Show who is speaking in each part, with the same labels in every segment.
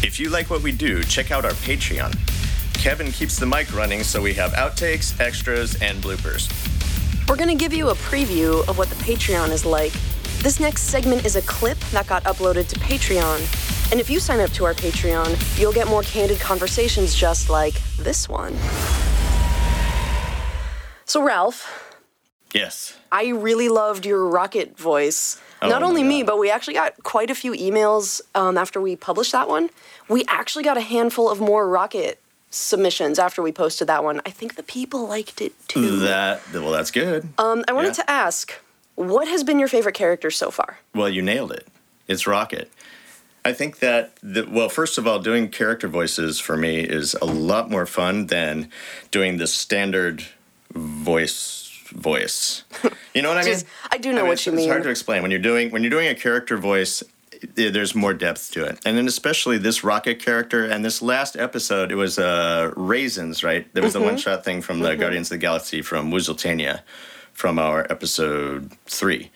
Speaker 1: If you like what we do, check out our Patreon. Kevin keeps the mic running so we have outtakes, extras, and bloopers.
Speaker 2: We're going to give you a preview of what the Patreon is like. This next segment is a clip that got uploaded to Patreon. And if you sign up to our Patreon, you'll get more candid conversations just like this one. So, Ralph,
Speaker 1: Yes.
Speaker 2: I really loved your rocket voice. Not
Speaker 1: my
Speaker 2: only me,
Speaker 1: God.
Speaker 2: but we actually got quite a few emails um, after we published that one. We actually got a handful of more rocket submissions after we posted that one. I think the people liked it too.
Speaker 1: That well, that's good.
Speaker 2: Um, I wanted
Speaker 1: Yeah.
Speaker 2: to ask, what has been your favorite character so far?
Speaker 1: Well, you nailed it. It's Rocket. I think that the, well, first of all, doing character voices for me is a lot more fun than doing the standard voice voice. You know what I mean?
Speaker 2: Just- I do know
Speaker 1: mean,
Speaker 2: what
Speaker 1: it's,
Speaker 2: you
Speaker 1: It's
Speaker 2: mean.
Speaker 1: hard to explain when you're doing when you're doing a character voice. i- There's more depth to it, and then especially this Rocket character. And this last episode, it was uh, raisins, right? There was
Speaker 2: Mm-hmm.
Speaker 1: the one shot thing from the Guardians of the Galaxy from Wuzeltania, from our episode three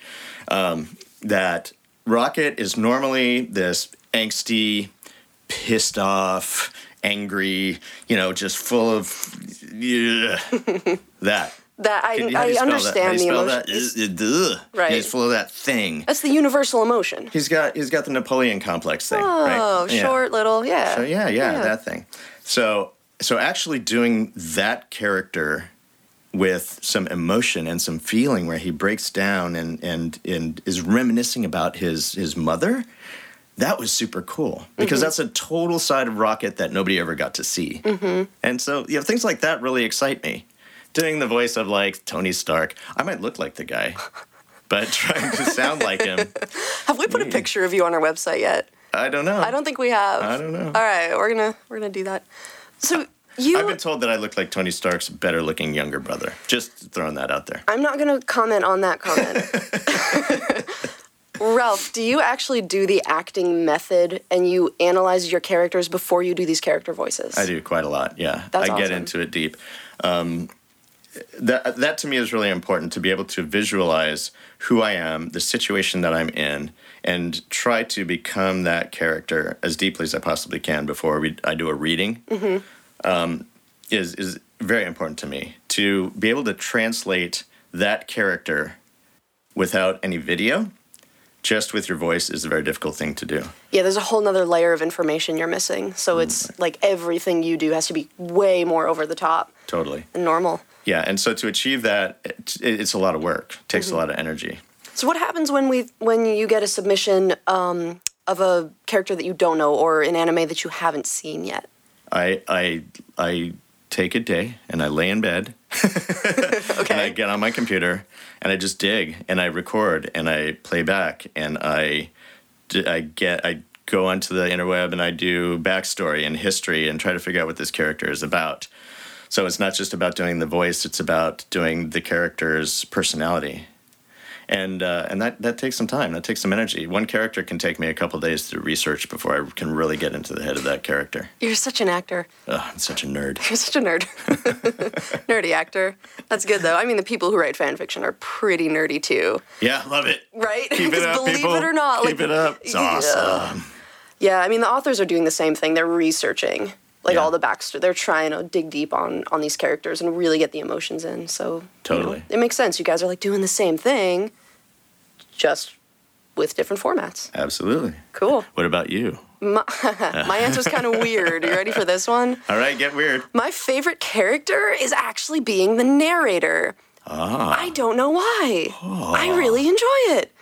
Speaker 1: that Rocket is normally this angsty, pissed off, angry, you know, just full of yeah, that.
Speaker 2: That I,
Speaker 1: How do you spell
Speaker 2: I
Speaker 1: that? How do
Speaker 2: understand the
Speaker 1: you spell
Speaker 2: emotion.
Speaker 1: that? Ugh, ugh.
Speaker 2: Right.
Speaker 1: He's full of that thing.
Speaker 2: That's the universal emotion.
Speaker 1: He's got he's got the Napoleon complex thing. right?
Speaker 2: Oh,
Speaker 1: Yeah.
Speaker 2: short little, yeah.
Speaker 1: So Oh, yeah, yeah, that thing. So so actually doing that character with some emotion and some feeling where he breaks down and and and is reminiscing about his his mother, that was super cool because that's a total side of Rocket that nobody ever got to see. And so you know things like that really excite me. Doing the voice of like Tony Stark, I might look like the guy, but trying to sound like him,
Speaker 2: Have we put
Speaker 1: Mm.
Speaker 2: a picture of you on our website yet?
Speaker 1: I don't know.
Speaker 2: I don't think we have.
Speaker 1: I don't know.
Speaker 2: All right, we're gonna we're gonna do that. So you,
Speaker 1: I've been told that I look like Tony Stark's better looking younger brother. Just throwing that out there.
Speaker 2: I'm not gonna comment on that comment. Ralph, do you actually do the acting method and you analyze your characters before you do these character voices?
Speaker 1: I do quite a lot. Yeah,
Speaker 2: That's
Speaker 1: I get
Speaker 2: awesome.
Speaker 1: into it deep. Um, that that to me is really important to be able to visualize who I am, the situation that I'm in, and try to become that character as deeply as I possibly can before we, I do a reading. Um,
Speaker 2: Mm-hmm.
Speaker 1: is is very important to me to be able to translate that character without any video, just with your voice is a very difficult thing to do.
Speaker 2: Yeah, there's a whole nother layer of information you're missing. So
Speaker 1: Mm.
Speaker 2: it's like everything you do has to be way more over the top
Speaker 1: Totally.
Speaker 2: than normal.
Speaker 1: Yeah, and so to achieve that, it, it's a lot of work. It takes a lot of energy.
Speaker 2: So what happens when we when you get a submission um, of a character that you don't know or an anime that you haven't seen yet?
Speaker 1: I I I take a day and I lay in bed and I
Speaker 2: Okay.
Speaker 1: get on my computer and I just dig and I record and I play back and I d- I get I go onto the interweb and I do backstory and history and try to figure out what this character is about. So it's not just about doing the voice; it's about doing the character's personality. and uh, and that that takes some time. That takes some energy. One character can take me a couple days to research before I can really get into the head of that character.
Speaker 2: You're such an actor.
Speaker 1: Ugh, I'm such a nerd.
Speaker 2: You're such a nerd. nerdy actor. That's good though. I mean, the people who write fan fiction are pretty nerdy too,
Speaker 1: Yeah, love it.
Speaker 2: right?
Speaker 1: Keep it
Speaker 2: 'Cause
Speaker 1: up,
Speaker 2: believe
Speaker 1: people.
Speaker 2: it or not,
Speaker 1: keep
Speaker 2: like,
Speaker 1: it up. It's
Speaker 2: yeah.
Speaker 1: awesome.
Speaker 2: Yeah, I mean, the authors are doing the same thing. They're researching like
Speaker 1: Yeah.
Speaker 2: all the backstory. They're trying to dig deep on on these characters and really get the emotions in. So you know,
Speaker 1: Totally.
Speaker 2: it makes sense. You guys are like doing the same thing, just with different formats.
Speaker 1: Absolutely.
Speaker 2: Cool.
Speaker 1: What about you?
Speaker 2: My answer's kind of weird. Are you ready for this one?
Speaker 1: All right, get weird.
Speaker 2: My favorite character is actually being the narrator.
Speaker 1: Ah,
Speaker 2: I don't know why. I really enjoy it.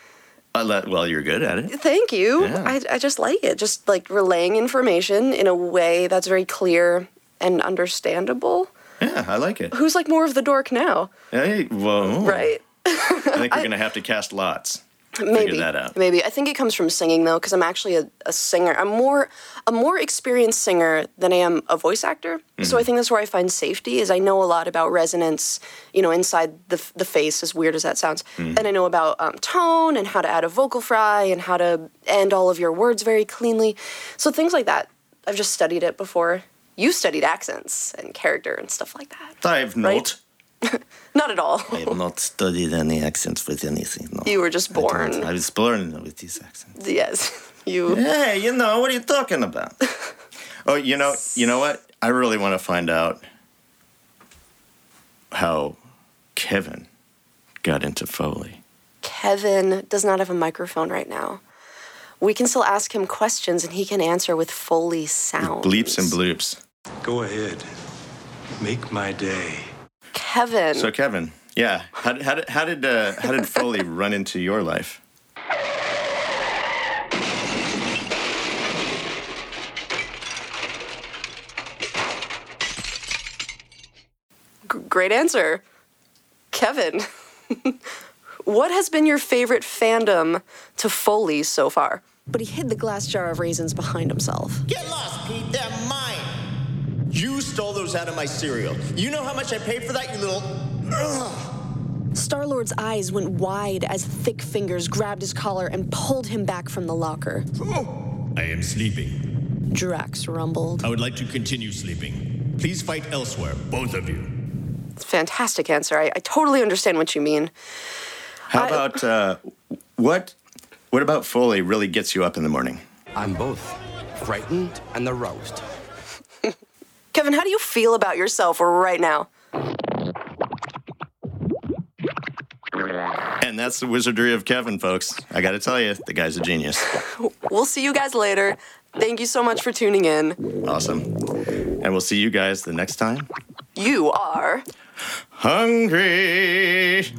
Speaker 1: I let, well, you're good at it.
Speaker 2: Thank you.
Speaker 1: Yeah.
Speaker 2: I, I just like it. Just like relaying information in a way that's very clear and understandable.
Speaker 1: Yeah, I like it.
Speaker 2: Who's like more of the dork now,
Speaker 1: Hey, whoa.
Speaker 2: right?
Speaker 1: I think we're gonna have to cast lots.
Speaker 2: Maybe.
Speaker 1: that out.
Speaker 2: Maybe. I think it comes from singing though, because I'm actually a, a singer. I'm more a more experienced singer than I am a voice actor. So
Speaker 1: Mm-hmm.
Speaker 2: I think that's where I find safety is I know a lot about resonance, you know, inside the, f- the face, as weird as that sounds.
Speaker 1: Mm.
Speaker 2: And I know about um, tone and how to add a vocal fry and how to end all of your words very cleanly. So things like that. I've just studied it before. You studied accents and character and stuff like that.
Speaker 1: I've not.
Speaker 2: Right? Not at all.
Speaker 3: I have not studied any accents with anything. No.
Speaker 2: You were just
Speaker 3: I don't.
Speaker 2: born.
Speaker 3: I was born with these accents.
Speaker 2: Yes. You.
Speaker 1: Hey, you know what are you talking about? Oh, you know, you know what? I really want to find out how Kevin got into Foley.
Speaker 2: Kevin does not have a microphone right now. We can still ask him questions and he can answer with Foley sounds.
Speaker 1: Bleeps and bloops.
Speaker 4: Go ahead. Make my day.
Speaker 2: Kevin.
Speaker 1: So Kevin, yeah, how, did- how did how did uh, how did Foley run into your life?
Speaker 2: G- great answer. Kevin. what has been your favorite fandom to Foley so far? But he hid the glass jar of raisins behind himself.
Speaker 5: Get lost, Pete. They're mine. You stole those out of my cereal. You know how much I paid for that, you little. Ugh.
Speaker 2: Star Lord's eyes went wide as thick fingers grabbed his collar and pulled him back from the locker.
Speaker 6: I am sleeping.
Speaker 2: Drax rumbled.
Speaker 6: I would like to continue sleeping. Please fight elsewhere, both of you.
Speaker 2: Fantastic answer. I, I totally understand what you mean.
Speaker 1: How about uh, what what about Foley really gets you up in the morning?
Speaker 7: I'm both frightened and aroused.
Speaker 2: Kevin, how do you feel about yourself right now?
Speaker 1: And that's the wizardry of Kevin, folks. I got to tell you, the guy's a genius.
Speaker 2: We'll see you guys later. Thank you so much for tuning in.
Speaker 1: Awesome. And we'll see you guys the next time.
Speaker 2: You are.
Speaker 1: Hungry.